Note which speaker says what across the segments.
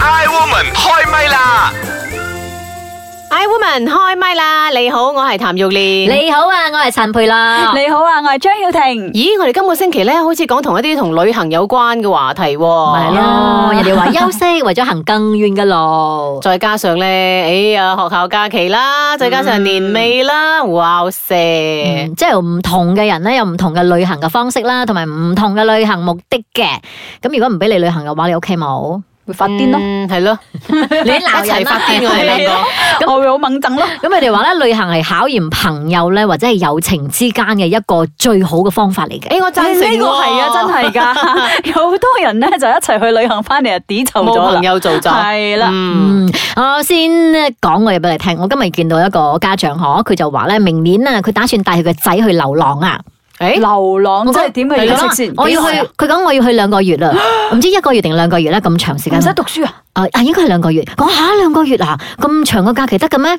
Speaker 1: Iwoman 開唛啦！
Speaker 2: I woman 開唛啦！你好，我係譚玉蓮。
Speaker 3: 你好啊，我係陳佩樂。
Speaker 4: 你好啊，我係張曉婷。
Speaker 2: 咦，我哋今個星期咧，好似講同一啲同旅行有關嘅話題喎。
Speaker 3: 咪咯，哦人哋話休息為咗行更遠嘅 路。
Speaker 2: 再加上咧，哎呀，學校假期啦，再加
Speaker 4: 嗯
Speaker 2: 上年尾啦，哇塞！
Speaker 3: 嗯即係唔同嘅人咧，有唔同嘅旅行嘅方式啦，同埋唔同嘅旅行目的嘅。咁如果唔俾你旅行嘅話，你 OK 冇？
Speaker 4: 會發癲咯，
Speaker 2: 嗯，係咯，
Speaker 3: 你鬧
Speaker 4: 啊
Speaker 2: 一齊
Speaker 3: 人
Speaker 2: 發
Speaker 3: 啦，
Speaker 2: 癲我哋兩個。
Speaker 4: 我會好掹憎咯。
Speaker 3: 咁佢哋話咧，旅行係考驗朋友咧，或者係友情之間嘅一個最好嘅方法嚟嘅。
Speaker 2: 哎，我贊成
Speaker 4: 呢個
Speaker 2: 喎
Speaker 4: 係啊， 真係㗎，有好多人咧就一齊去旅行翻嚟啊，抵就
Speaker 2: 冇
Speaker 4: 咗啦
Speaker 2: 朋。友做就
Speaker 4: 係啦
Speaker 2: 嗯
Speaker 3: 嗯，我先講我嘢俾你聽。我今日見到一個家長嗬，佢就話咧，明年啊，佢打算帶佢個仔去流浪啊。
Speaker 2: 哎，
Speaker 4: 流浪即係點嘅
Speaker 3: 係
Speaker 4: 樣
Speaker 3: 咯
Speaker 4: 式先？
Speaker 3: 我要去，佢講我要去兩個 月啦，唔知一個月定兩個月咧，咁長時間。
Speaker 4: 唔使讀書啊？
Speaker 3: 啊啊，應該係兩個月。講下兩個月啊，咁長個假期得嘅咩？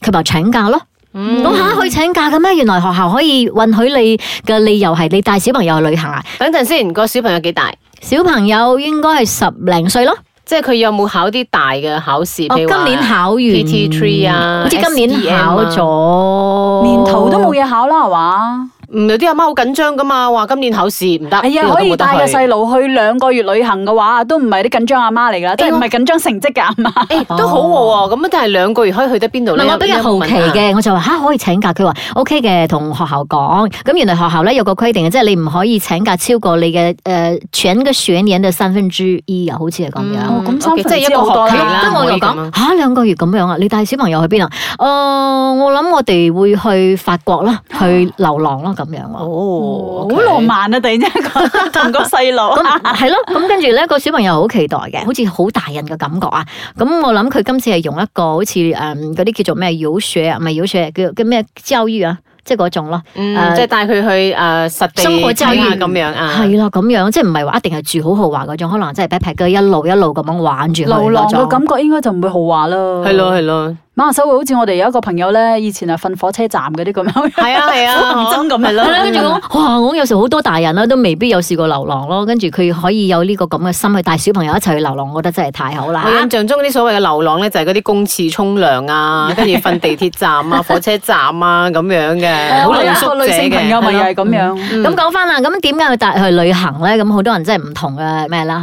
Speaker 3: 佢話請假咯。
Speaker 2: 嗯
Speaker 3: 講下可以請假嘅咩？原來學校可以允許你嘅理由係你帶小朋友去旅行啊。
Speaker 2: 等陣先，個小朋友幾大？
Speaker 3: 小朋友應該係十零歲咯。
Speaker 2: 即係佢有冇考啲大嘅考試？
Speaker 3: 哦，
Speaker 2: 譬如話
Speaker 3: 今年考完
Speaker 2: PT3 啊
Speaker 3: 好似今年
Speaker 2: SDM 啊
Speaker 3: 考咗
Speaker 4: 年頭都冇。嘢考啦，係嘛？
Speaker 2: 唔嗯有啲阿媽好緊張噶嘛，話今年考試唔得，
Speaker 4: 哎呀，
Speaker 2: 邊個
Speaker 4: 可
Speaker 2: 都冇
Speaker 4: 以
Speaker 2: 得
Speaker 4: 帶個
Speaker 2: 去
Speaker 4: 細路去兩個月旅行嘅話，都唔係啲緊張阿媽嚟㗎啦，即係唔係緊張成績嘅阿媽。
Speaker 2: 誒都好喎，咁但係兩個月可以去得邊度
Speaker 3: 哦唔
Speaker 2: 咧？
Speaker 3: 係，我比較好奇
Speaker 2: 啊
Speaker 3: 嘅，我就話吓可以請假，佢話 O K 嘅，同學校講。咁原來學校咧有個規定嘅，即係你唔可以請假超過你嘅誒全個學年嘅三分之一啊，好似係咁樣。
Speaker 4: 哦咁三
Speaker 2: OK，即係
Speaker 4: 分之
Speaker 2: 一個
Speaker 4: 好多
Speaker 2: 學期
Speaker 4: 啦
Speaker 2: 啦。
Speaker 3: 咁我
Speaker 2: 可
Speaker 3: 就
Speaker 2: 以咁啊樣
Speaker 3: 講吓兩個月咁樣啊，你帶小朋友去邊啊？誒、
Speaker 2: 哦
Speaker 3: 我諗我哋會去法國啦，去流浪啦咁樣喎。
Speaker 2: 哦
Speaker 4: 好浪。漫啊！突然之間講同個細路
Speaker 3: 咁。係咯，咁跟住咧個小朋友好期待嘅，好似好大人嘅感覺啊！咁我諗佢今次係用一個好似誒嗰啲叫做咩遊學啊，唔係遊學，叫叫咩教育啊，即係嗰種咯。
Speaker 2: 嗯
Speaker 3: 誒
Speaker 2: 即係帶佢去誒實地
Speaker 3: 生活周
Speaker 2: 睇
Speaker 3: 園
Speaker 2: 下咁樣啊。
Speaker 3: 係啦，咁樣即係唔係話一定係住好豪華嗰種，可能真係 backpack 一路一路咁樣玩住去
Speaker 4: 流浪
Speaker 3: 嗰
Speaker 4: 嘅
Speaker 3: 種。
Speaker 4: 感覺應該就唔會豪華啦。
Speaker 2: 係咯係咯，
Speaker 4: 馬來西亞會好似我哋有一個朋友咧，以前係瞓火車站嗰啲咁樣，
Speaker 2: 係 啊係啊，
Speaker 4: 好認真咁
Speaker 2: 係
Speaker 3: 係啦，跟住
Speaker 2: 咯。
Speaker 3: 講，哇！我有時好多大人啦，啊都未必有試過流浪咯。跟住佢可以有呢個咁嘅心去帶小朋友一齊去流浪，我覺得真係啊太好啦
Speaker 2: 我。印象中嗰啲所謂嘅流浪咧，就係嗰啲公廁沖涼 啊，跟住瞓地鐵站啊、火車站啊咁樣嘅，好
Speaker 4: 我
Speaker 2: 露
Speaker 4: 有一
Speaker 2: 宿
Speaker 4: 啊個
Speaker 2: 者
Speaker 4: 女性朋
Speaker 2: 嘅。嗯
Speaker 4: 友咪又係咁樣。
Speaker 3: 咁講翻啦，咁點解要帶佢去旅行咧？咁好多人真係唔同嘅咩啦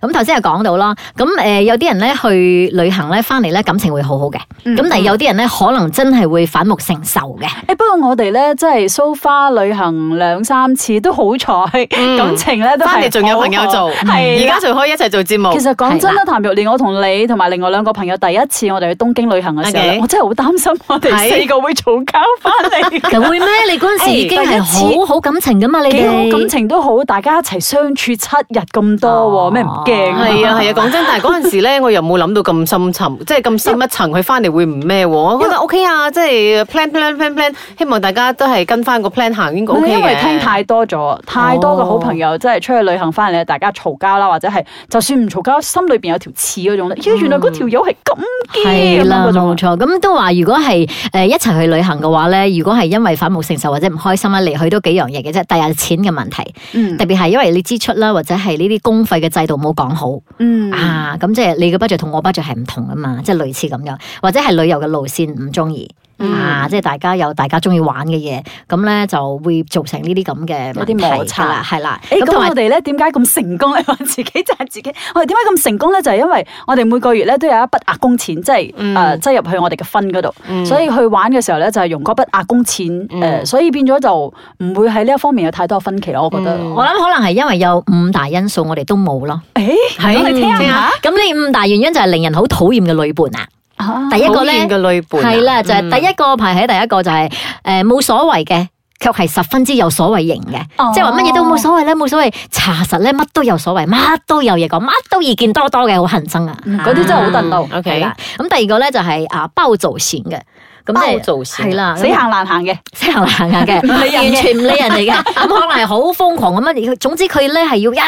Speaker 3: 吓，咁頭先係講到啦，咁誒、呃有啲人咧去旅行咧，翻嚟咧感情會好好嘅。咁、但係有啲人咧，可能真係會反目成仇嘅。
Speaker 4: 誒不過我哋咧，即係 so far 旅行兩三次都好彩，
Speaker 2: 嗯
Speaker 4: 感情咧都係
Speaker 2: 翻嚟仲有朋友做，而
Speaker 4: 係啦
Speaker 2: 家仲可以一齊做節目
Speaker 4: 其。實講真啦，譚玉蓮，我同你同埋另外兩個朋友第一次我哋去東京旅行嘅時候呢
Speaker 2: OK
Speaker 4: 我真係好擔心我哋
Speaker 2: 係
Speaker 4: 四個會嘈交翻 嚟。
Speaker 3: 就會咩？你嗰陣時已經
Speaker 4: 哎第
Speaker 3: 係
Speaker 4: 一次
Speaker 3: 好好感情啊噶嘛？你
Speaker 4: 幾好
Speaker 3: 哋
Speaker 4: 感情都好，大家一齊相處七日咁多喎，咩唔驚
Speaker 2: 哦
Speaker 4: 啊？
Speaker 2: 係啊係啊，講真，但係嗰陣時咧，我又冇諗到咁深沉，即係咁深一層，佢翻嚟會唔咩喎？我覺得 OK 啊，即係 plan plan plan plan，希望大家都係跟翻個 plan 行，應該
Speaker 4: 唔
Speaker 2: OK 嘅。
Speaker 4: 係因為聽太多咗，太多嘅好
Speaker 3: 哦
Speaker 4: 朋友真係出去旅行翻嚟，大家嘈交啦，或者係就算唔嘈交，心裏邊有條刺嗰種咧。咦，原來嗰條友係咁嘅
Speaker 3: 係
Speaker 4: 咁
Speaker 3: 嗯啦，
Speaker 4: 樣嗰
Speaker 3: 冇
Speaker 4: 種。啊
Speaker 3: 錯。咁都話，如果係誒、一齊去旅行嘅話咧，如果係因為反目成仇或者唔開心咧，嚟去都幾樣嘢嘅啫。第日錢嘅問題，
Speaker 4: 嗯
Speaker 3: 特別係因為你支出啦，或者係呢啲公費嘅制度冇講好、
Speaker 4: 嗯
Speaker 3: 啊，咁即係你嘅 budget 同我 budget 係唔同噶啊嘛，即係類似咁樣，或者係旅遊嘅路線唔中意。
Speaker 4: 嗯
Speaker 3: 啊，即係大家有大家中意玩嘅嘢，咁咧就會造成呢啲咁嘅
Speaker 4: 有
Speaker 3: 問
Speaker 4: 啲
Speaker 3: 題
Speaker 4: 摩擦
Speaker 3: 㗎啦，係啦。
Speaker 4: 誒咁
Speaker 3: 同埋
Speaker 4: 我哋咧點解咁成功 咧？我自己就係自己，我哋點解咁成功咧？就係、因為我哋每個月咧都有一筆壓工錢，即係
Speaker 2: 嗯
Speaker 4: 誒擠入去我哋嘅分嗰度，
Speaker 3: 嗯
Speaker 4: 所以去玩嘅時候咧就係用嗰筆壓工錢誒、
Speaker 2: 嗯
Speaker 4: 所以變咗就唔會喺呢一方面有太多分歧咯。我覺得，
Speaker 2: 嗯
Speaker 3: 我諗可能係因為有五大因素，我哋都冇咯。嗯
Speaker 4: 誒
Speaker 2: 係
Speaker 4: 我哋聽
Speaker 2: 聽
Speaker 4: 下
Speaker 2: 下，
Speaker 3: 咁呢五大原因就係令人好討厭嘅旅伴啊。
Speaker 4: 啊
Speaker 3: 第一個
Speaker 2: 討
Speaker 3: 咧
Speaker 2: 厭嘅女伴啊
Speaker 3: 係啦，就係、第一個排喺第一個就係誒冇所謂嘅。卻係十分之有所謂型嘅，
Speaker 4: 哦
Speaker 3: 即係話乜嘢都冇所謂咧，冇所謂查實咧，乜都有所謂，乜都有嘢講，乜都意見多多嘅，好恨憎啊！
Speaker 4: 嗯嗰啲真係好
Speaker 3: 啊
Speaker 4: 鄧嬲。
Speaker 2: OK
Speaker 3: 係啦咁第二個咧就係啊包做線嘅，咁即係
Speaker 2: 包做線
Speaker 3: 係啦，啊
Speaker 4: 死行難行嘅，
Speaker 3: 死行行嘅，
Speaker 4: 唔理人
Speaker 3: 完
Speaker 4: 嘅
Speaker 3: 全唔理人哋嘅，咁可能係好瘋狂咁樣。總之佢咧係要一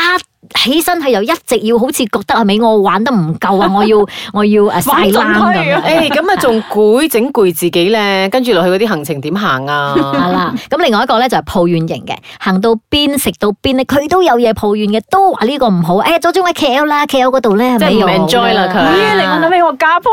Speaker 3: 起身佢又一直要好似覺得啊，美我玩得唔夠啊，我要我要誒晒冷咁
Speaker 4: 玩盡佢
Speaker 3: 樣
Speaker 4: 啊。
Speaker 2: 诶，咁啊仲攰，整攰自己咧，跟住落去嗰啲行程點行啊？
Speaker 3: 係啦，咁另外一個咧就係抱怨型嘅，行到邊食到邊咧，佢都有嘢抱怨嘅，都話呢個唔好，誒、早中喺 K L 啦，K L 嗰度咧
Speaker 2: 即係唔
Speaker 3: 係咪啊又
Speaker 2: enjoy 啦佢
Speaker 4: 咦，令我諗起我家婆，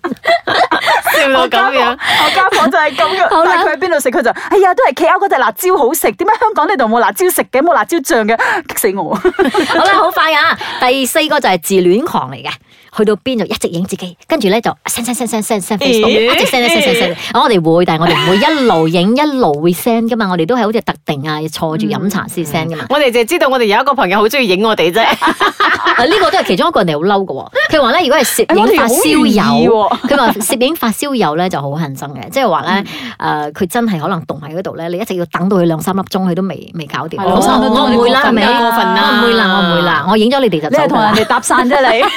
Speaker 2: 笑到咁樣。
Speaker 4: 我家婆就係咁樣。
Speaker 3: 好啦
Speaker 4: 但係佢喺邊度食，佢就哎呀，都係企 L 嗰隻辣椒好食，點解香港呢度冇辣椒食嘅，冇辣椒醬嘅，激死我！
Speaker 3: 好啦，好快啊！第四個就係自戀狂嚟嘅，去到邊就一直影自己，跟住咧就 send send send send send send Facebook，
Speaker 2: 咦
Speaker 3: 一直 send send send send。我哋會，但係我哋唔會一路影一路會 send 噶嘛，我哋都係好似特定啊，坐住飲茶先 send 噶嘛。
Speaker 2: 我哋就知道我哋有一個朋友好中意影我哋啫，
Speaker 3: 啊呢個都係其中一個人哋好嬲嘅喎。佢話咧，如果係攝影發燒
Speaker 4: 哎
Speaker 3: 友，
Speaker 4: 我哋好
Speaker 3: 佢話攝影發燒友咧就好恨生嘅，即係話咧誒，呃佢真係可能凍喺嗰度咧，你一直要等到佢兩三粒鐘，佢都未未搞掂。
Speaker 4: 係
Speaker 3: 我
Speaker 4: 咯
Speaker 3: 話
Speaker 4: 我
Speaker 3: 我唔會啦，係
Speaker 2: 你
Speaker 3: 咪？
Speaker 2: 過分啦過分啦
Speaker 3: 我唔會啦，我唔會啦，我影咗你哋就
Speaker 4: 你
Speaker 3: 走㗎
Speaker 4: 係同
Speaker 3: 啦
Speaker 4: 人哋搭訕啫，你。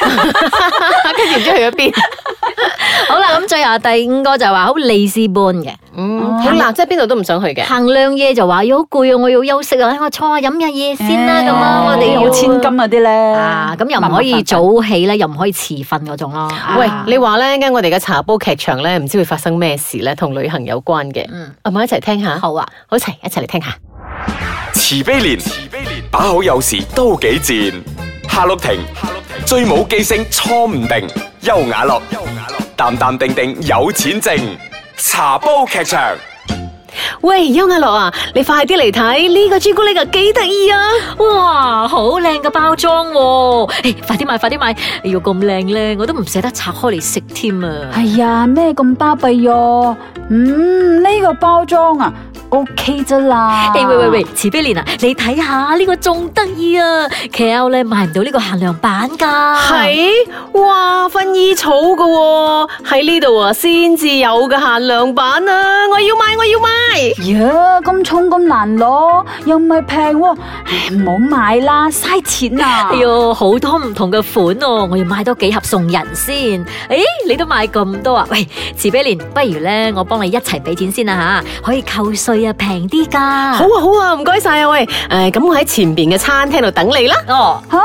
Speaker 2: 跟住唔知去咗邊。
Speaker 3: 好啦，咁最後第五個就話好利是般嘅，
Speaker 2: 嗯，好啦，即係邊度都唔想去嘅。
Speaker 3: 行兩夜就話要好攰啊，我要休息啊，哎我坐下飲下嘢先啦，咁
Speaker 2: 哎
Speaker 3: 樣我哋
Speaker 4: 嗯有
Speaker 3: 要
Speaker 4: 千金嗰啲咧，
Speaker 3: 啊，咁又唔可以早起咧，又唔可以遲瞓嗰種咯。啊
Speaker 2: 喂，你話咧，跟我哋嘅茶煲劇場咧，唔知會發生咩事咧，同旅行有關嘅。
Speaker 3: 嗯，
Speaker 2: 我咪一齊聽下，好
Speaker 3: 好啊。
Speaker 2: 好齊一齊嚟聽下。
Speaker 1: 慈悲莲，慈悲莲，把好有時都幾賤。夏綠庭，夏綠庭，最冇記性錯唔定。優雅樂，優雅樂，淡淡定定有錢剩。茶煲劇場。
Speaker 2: 喂，邱亞樂啊，你快啲嚟睇呢個朱古力啊，幾得意啊！
Speaker 3: 哇，好靚嘅包裝喎！哎快啲買，快啲買！哎呦，咁靚咧，我都唔捨得拆開嚟食添啊！
Speaker 4: 哎呀，咩咁巴閉哟？嗯，呢、個包裝啊，OK 啫 啦。
Speaker 3: 哎喂喂喂，，慈悲蓮啊，你睇下呢個仲得意啊！KL 咧買唔到呢個限量版
Speaker 2: 啊
Speaker 3: 㗎，
Speaker 2: 係哇，薰衣草噶喎，喺呢度啊先至有嘅限量版啊！我要買，我要買。
Speaker 4: 呀，咁重咁難攞，又唔係平喎，唉，唔好買啦，嘥錢啊！
Speaker 3: 哎呦，好多唔同嘅款哦，我要買多幾盒送人先。誒，你都買咁多啊？喂，慈悲蓮，不如咧，我幫你一齊俾錢先啦吓，可以扣税啊，平啲㗎。
Speaker 2: 好，啊好啊，唔該晒啊喂，誒、咁我喺前邊嘅餐廳度等你啦。
Speaker 3: 哦，
Speaker 4: 吓、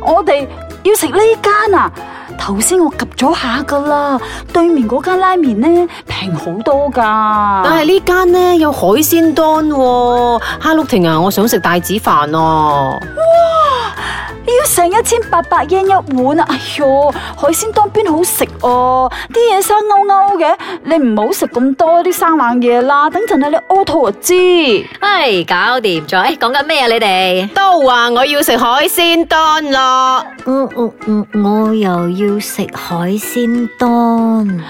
Speaker 4: 我哋要食呢間啊！頭先我及咗下噶啦，對面嗰間拉麵呢，平好多噶。
Speaker 2: 但係呢間呢，有海鮮丼喎、哈碌婷啊，我想食帶子飯啊！
Speaker 4: 要成一千八百 yen 一碗啊！哎喲，海鮮當邊好食哦、啲嘢生勾勾嘅，你唔好食咁多啲生冷嘢啦。等陣啊，你屙肚就知。
Speaker 3: 唉，哎搞掂咗。誒，講緊咩啊？你哋？
Speaker 2: 都話我要食海鮮丼咯，
Speaker 3: 我我我嗯我又要食海鮮丼。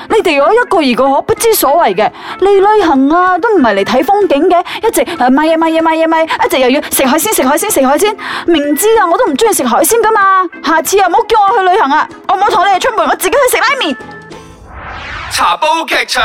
Speaker 4: 你哋我一個二個可不知所謂嘅，嚟旅行啊都唔係嚟睇風景嘅，一直誒買嘢買嘢買嘢買，一直又要食海鮮食海鮮食海鮮，明知啊我都唔中意食海鮮噶嘛。下次啊唔好叫我去旅行啊，我唔好同你哋出門，我自己去食拉麵。
Speaker 1: 茶煲劇場。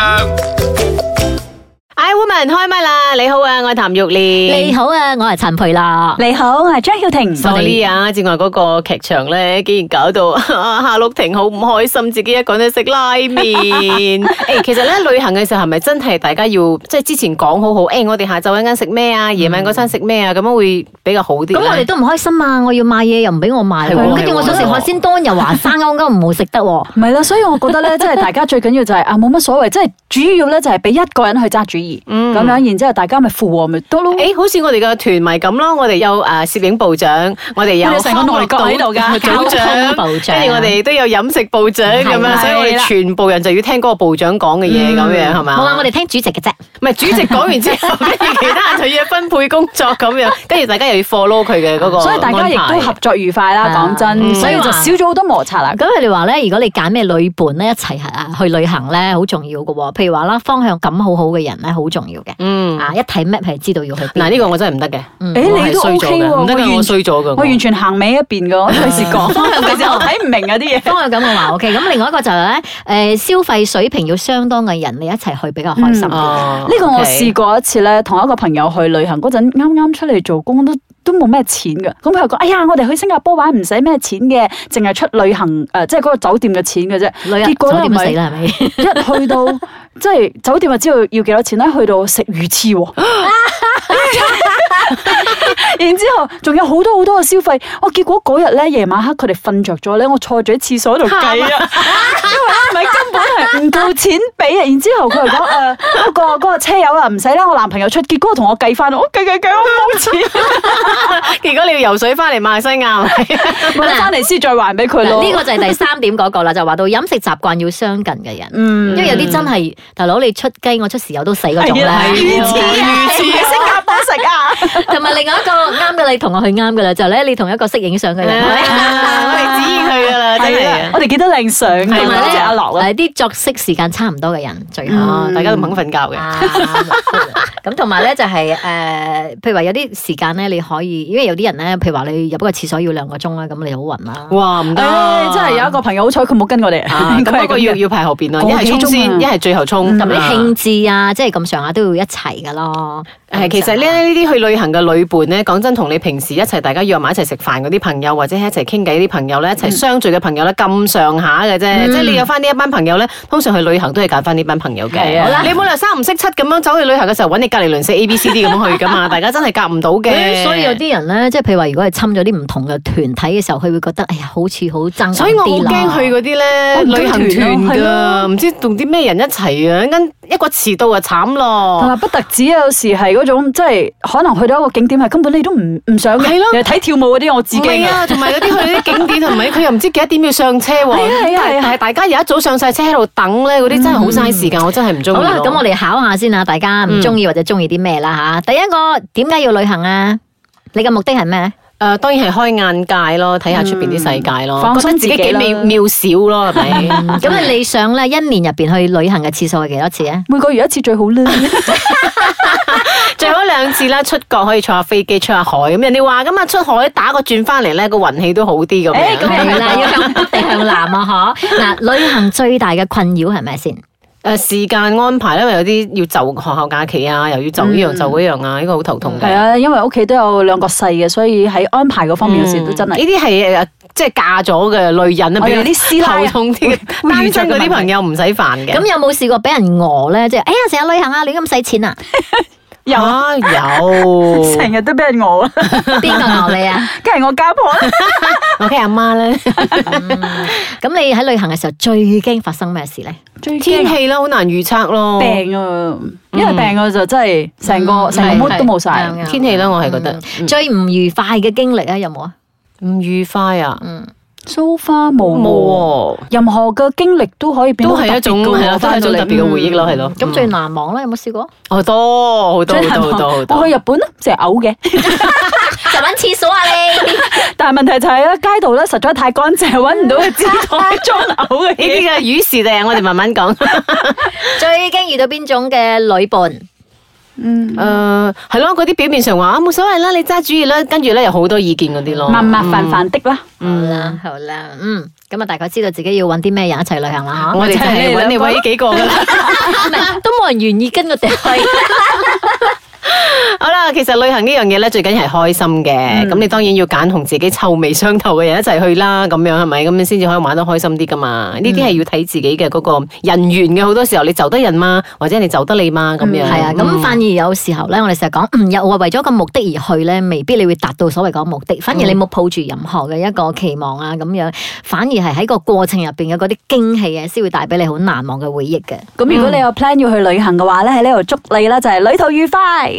Speaker 2: I woman 開麥啦！你好啊，我係譚玉蓮。
Speaker 3: 你好啊，我係陳培樂。
Speaker 4: 你好，我係張曉婷
Speaker 2: sorry à, 啊，之外嗰個劇場咧，竟然搞到 夏綠婷好唔開心，自己一個人去食拉 麵。诶、其實咧旅行嘅時候係咪真係大家要即係之前講好好？诶、我哋下晝一間食咩啊，夜晚嗰餐食咩啊，咁樣會比較好啲咧。
Speaker 3: 咁我哋都唔開心啊！我要買嘢又唔俾我買
Speaker 2: 係喎
Speaker 3: 喎，跟住我想食海鮮丼又話生勾勾唔 好食得喎。
Speaker 4: 唔係啦，所以我覺得 咧，即係大家最緊要就係、啊，冇乜所謂，即係主要咧就係俾一個人去揸主意，咁、樣，然之後大家咪附和咪得咯。
Speaker 2: 嗯誒、好似我哋嘅團咪咁咯，我哋有誒攝影部長，我哋有
Speaker 4: 我哋成個內閣喺度㗎
Speaker 2: 康樂組
Speaker 3: 交
Speaker 2: 長
Speaker 3: 通部長
Speaker 2: 跟住我哋都有飲食部長咁
Speaker 3: 係啦
Speaker 2: 樣，所以我哋全部人就要聽嗰個部長講嘅嘢咁樣係嘛？
Speaker 3: 好啦，啊我哋聽主席嘅啫。
Speaker 2: 唔係主席講完 之後，跟住其他人就要分配工作咁樣，跟住大家又要 follow 佢嘅嗰個
Speaker 4: 所以大家亦
Speaker 2: 安排
Speaker 4: 都合作愉快啦，
Speaker 3: 係啊
Speaker 4: 講真，
Speaker 3: 嗯
Speaker 4: 所以就少咗好多摩擦啦。
Speaker 3: 啊咁佢哋話咧，如果你揀咩旅伴咧，一齊係去旅行咧，好重要嘅喎。譬如話啦，方向感好好嘅人咧，好重要嘅。
Speaker 2: 嗯。
Speaker 3: 啊，一睇 map 係知道要去邊。
Speaker 2: 嗱呢個我真係唔得嘅，
Speaker 3: 嗯
Speaker 4: 誒
Speaker 2: 我
Speaker 4: 你
Speaker 2: 係
Speaker 4: 都
Speaker 2: 衰
Speaker 4: OK
Speaker 2: 咗
Speaker 4: 喎
Speaker 2: 嘅，唔得
Speaker 4: 我
Speaker 2: 嘅，
Speaker 4: 完
Speaker 2: 我衰咗嘅。
Speaker 4: 我完全行尾一邊 㗎，我隨時講，有時我睇唔明啊啲嘢。
Speaker 3: 方向感我話 OK。咁另外一個就係咧，誒消費水平要相當嘅人，你一齊去比較開心啲。
Speaker 2: 哦
Speaker 4: 呢個我
Speaker 2: OK
Speaker 4: 試過一次咧，同一個朋友去旅行嗰陣，啱啱出嚟做工都都冇咩錢嘅。咁佢又講：哎呀，我哋去新加坡玩唔使咩錢嘅，淨係出旅行誒、呃即係嗰個酒店嘅錢嘅啫。
Speaker 3: 旅遊
Speaker 4: 結果
Speaker 3: 酒店
Speaker 4: 咧
Speaker 3: 都
Speaker 4: 咪
Speaker 3: 死啦，係咪？
Speaker 4: 一去到 即係酒店就知道要幾多錢咧，去到食魚翅喎， 然之後仲有好多好多嘅消費，我結果嗰日咧夜晚黑佢哋瞓着咗咧，我坐咗喺廁所度計啊，因為唔係根本係唔夠錢俾啊。然之後佢又講誒嗰個嗰個車友啊唔使啦，我男朋友出，結果同我計翻，我計計計我冇錢，
Speaker 2: 結果你要游水翻嚟馬來西亞，
Speaker 4: 我翻嚟先再還俾佢 咯。
Speaker 3: 嗱呢個就係第三點嗰個啦，就話到飲食習慣要相近嘅人，
Speaker 4: 嗯
Speaker 3: 因為有啲真係大佬你出雞我出豉油都死嗰種
Speaker 4: 係啊
Speaker 3: 咧，
Speaker 4: 魚翅啊，
Speaker 2: 魚
Speaker 4: 喺新加坡食啊。
Speaker 3: 同埋另外一個啱嘅你同我去啱嘅啦，就係咧你同一個識影相嘅人。
Speaker 2: 我哋指意佢噶啦，真
Speaker 4: 係
Speaker 2: 係
Speaker 4: 啊
Speaker 2: 啊！
Speaker 4: 我哋幾多靚相㗎，
Speaker 3: 同埋
Speaker 4: 多
Speaker 3: 咧，
Speaker 4: 謝阿樂啊！
Speaker 3: 誒啲作息時間差唔多嘅人最好。
Speaker 2: 啊大家都唔肯瞓覺嘅。
Speaker 3: 嗯啊咁同埋咧就係、誒、譬如話有啲時間咧，你可以，因為有啲人咧，譬如話你入一個廁所要兩個鐘啦，咁你好暈啦。
Speaker 2: 哇，唔得
Speaker 4: 唉，！真係有一個朋友好彩，佢冇跟我哋，
Speaker 2: 啊，
Speaker 4: 佢
Speaker 2: 咁
Speaker 4: 係
Speaker 2: 不過
Speaker 4: 咁
Speaker 2: 要
Speaker 4: 嘅。
Speaker 2: 要排後邊咯，
Speaker 4: 個
Speaker 2: 一
Speaker 4: 幾
Speaker 2: 係衝
Speaker 4: 鐘啊
Speaker 2: 先，一係最後衝。
Speaker 3: 咁你
Speaker 2: 啊
Speaker 3: 興致啊，即係咁上下都要一齊噶咯。
Speaker 2: 係，其實
Speaker 3: 啊
Speaker 2: 咧呢啲去旅行嘅旅伴咧，講真，同你平時一齊大家約埋一齊食飯嗰啲朋友，或者一齊傾偈啲朋友咧，一齊相聚嘅朋友咧，咁上下嘅啫。即係你有翻呢一班朋友咧，通常去旅行都係揀翻呢班朋友
Speaker 4: 係
Speaker 2: 嘅。
Speaker 4: 啊
Speaker 2: 好啦，你冇理由三唔識七咁樣走去旅行嘅時候揾你隔離鄰舍 A B C D 咁樣去噶嘛，大家真係夾唔到嘅。
Speaker 3: 誒 所以有啲人咧，即係譬如話，如果係侵咗啲唔同嘅團體嘅時候，佢會覺得，哎呀，好似好爭咁啲啦。
Speaker 2: 所以我好驚去嗰啲咧
Speaker 4: 我唔中
Speaker 2: 旅
Speaker 4: 意
Speaker 2: 行團
Speaker 4: 團咯係
Speaker 2: 㗎，唔知同啲咩人一齊啊，一陣一個遲到啊慘
Speaker 4: 同
Speaker 2: 咯。
Speaker 4: 埋不特止有時係嗰種，即係可能去到一個景點係根本你都唔唔想嘅，
Speaker 2: 係咯
Speaker 4: 又睇跳舞嗰啲我自
Speaker 2: 唔
Speaker 4: 己
Speaker 2: 係啊，同埋嗰啲去啲景點同埋佢又唔知幾多點要上車喎。
Speaker 4: 啊係啊係啊
Speaker 2: 但係嗯大家有一早上晒車喺度等咧，嗰啲真係好嘥時間，我真係唔中意
Speaker 3: 好
Speaker 2: 咯。
Speaker 3: 啦，咁我哋考下先啊，大家唔中意或者中意啲咩啦吓？第一個點解要旅行啊？你嘅目的係咩
Speaker 2: 誒
Speaker 3: 咧？
Speaker 2: 呃當然係開眼界咯，睇下出邊啲世界咯，
Speaker 4: 放鬆
Speaker 2: 覺嗯得自己
Speaker 4: 自己
Speaker 2: 幾
Speaker 4: 啦
Speaker 2: 渺渺小咯，係咪？
Speaker 3: 嗯咁啊你理想咧，一年入邊去旅行嘅次數係幾多次啊？
Speaker 4: 每個月一次最 好啦。
Speaker 2: 最好兩次啦，出國可以坐下飛機出下海咁。人哋話咁啊，出海打個轉翻嚟咧，個運氣都好啲咁啊
Speaker 4: 誒
Speaker 2: 樣
Speaker 4: 咁。
Speaker 3: 係啦，要向北定向南 啊，嗬！嗱，旅行最大嘅困擾係咩先？
Speaker 2: 誒時間安排咧，因為有啲要就學校假期啊，又要就呢樣就嗰樣啊，呢個好頭痛
Speaker 4: 係
Speaker 2: 嘅。
Speaker 4: 啊，因為屋企都有兩個細嘅，所以喺安排嗰方面有時都真
Speaker 2: 呢
Speaker 4: 係。
Speaker 2: 啲係誒即係嫁咗嘅女人啊，
Speaker 4: 我
Speaker 2: 比
Speaker 4: 哋
Speaker 2: 較
Speaker 4: 啲師奶啊
Speaker 2: 頭痛啲嘅，
Speaker 4: 會會遇
Speaker 2: 單
Speaker 4: 着
Speaker 2: 身
Speaker 4: 嘅
Speaker 2: 嗰
Speaker 4: 問
Speaker 2: 啲
Speaker 4: 題
Speaker 2: 朋友唔使煩嘅。
Speaker 3: 咁有冇試過俾人餓咧？即係，哎呀，成日旅行啊，亂咁使錢 啊，
Speaker 4: 有
Speaker 2: 啊有
Speaker 4: 成日都俾人 餓啊，
Speaker 3: 邊個餓你啊？
Speaker 4: 梗係我家婆啦。
Speaker 2: 我嘅阿媽咧，
Speaker 3: 嗯咁你喺旅行嘅時候最驚發生咩事咧？
Speaker 4: 最
Speaker 2: 天
Speaker 4: 驚
Speaker 2: 氣啦，好難預測咯。
Speaker 4: 病啊，
Speaker 2: 嗯
Speaker 4: 因為病我就真係成個成
Speaker 3: 係
Speaker 4: 個 mood 都冇晒。
Speaker 3: 係
Speaker 2: 天氣咧，我係覺得嗯
Speaker 3: 最唔愉快嘅經歷咧，有冇啊？
Speaker 4: 嗯
Speaker 2: 唔愉快啊，
Speaker 4: So far 冇喎
Speaker 2: 冇喎，
Speaker 4: 任何嘅經歷都可以變
Speaker 2: 都
Speaker 4: 得好特
Speaker 2: 係一
Speaker 4: 別
Speaker 2: 種
Speaker 4: 㗎
Speaker 2: 係
Speaker 4: 喎嗯
Speaker 2: 啦，都係一種特別嘅回憶咯，係咯。嗯哦
Speaker 3: 咁最難忘咧，有冇試過？
Speaker 2: 好多好多
Speaker 4: 真係
Speaker 2: 好多好多好
Speaker 4: 我
Speaker 2: 多
Speaker 4: 去。日本咧，成日嘔嘅，
Speaker 3: 就揾廁所啊你！
Speaker 4: 但係問題就係咧，啊街道咧實在太乾淨，揾唔到嘅紙袋裝嘔嘅
Speaker 2: 呢啲
Speaker 4: 嘢。
Speaker 2: 嘅雨事定我哋慢慢 講。
Speaker 3: 最驚遇到邊種嘅旅伴？
Speaker 4: 嗯，
Speaker 2: 誒係咯，嗰啲表面上話啊冇所謂啦，你揸主意啦，跟住咧有好多意見嗰啲咯。
Speaker 4: 麻麻煩煩的啦。
Speaker 3: 好啦，好啦，嗯，咁啊，大概知道自己要揾啲咩人一齊旅行啦
Speaker 2: 我哋就啊係揾你揾呢幾個噶 啦。
Speaker 3: 吓，唔 係都冇人願意跟我哋去。
Speaker 2: 好啦，其實旅行呢樣嘢咧，最緊要係開心嘅。咁、你當然要揀同自己臭味相投嘅人一齊去啦，咁樣係咪？咁你先至可以玩得開心啲噶嘛。呢啲係要睇自己嘅嗰個人緣嘅，好多時候你就得人嘛，或者你就得你嘛咁樣。
Speaker 3: 係啊，
Speaker 2: 嗯
Speaker 3: 咁反而有時候咧，我哋成日講，嗯，又話為咗個目的而去咧，未必你會達到所謂個目的，反而你冇抱住任何嘅一個期望啊，咁樣，反而係喺個過程入邊嘅嗰啲驚喜啊，先會帶俾你好難忘嘅回憶嘅。
Speaker 4: 咁如果你有 plan 要去旅行嘅話咧，喺呢度祝你啦，就係旅途愉快。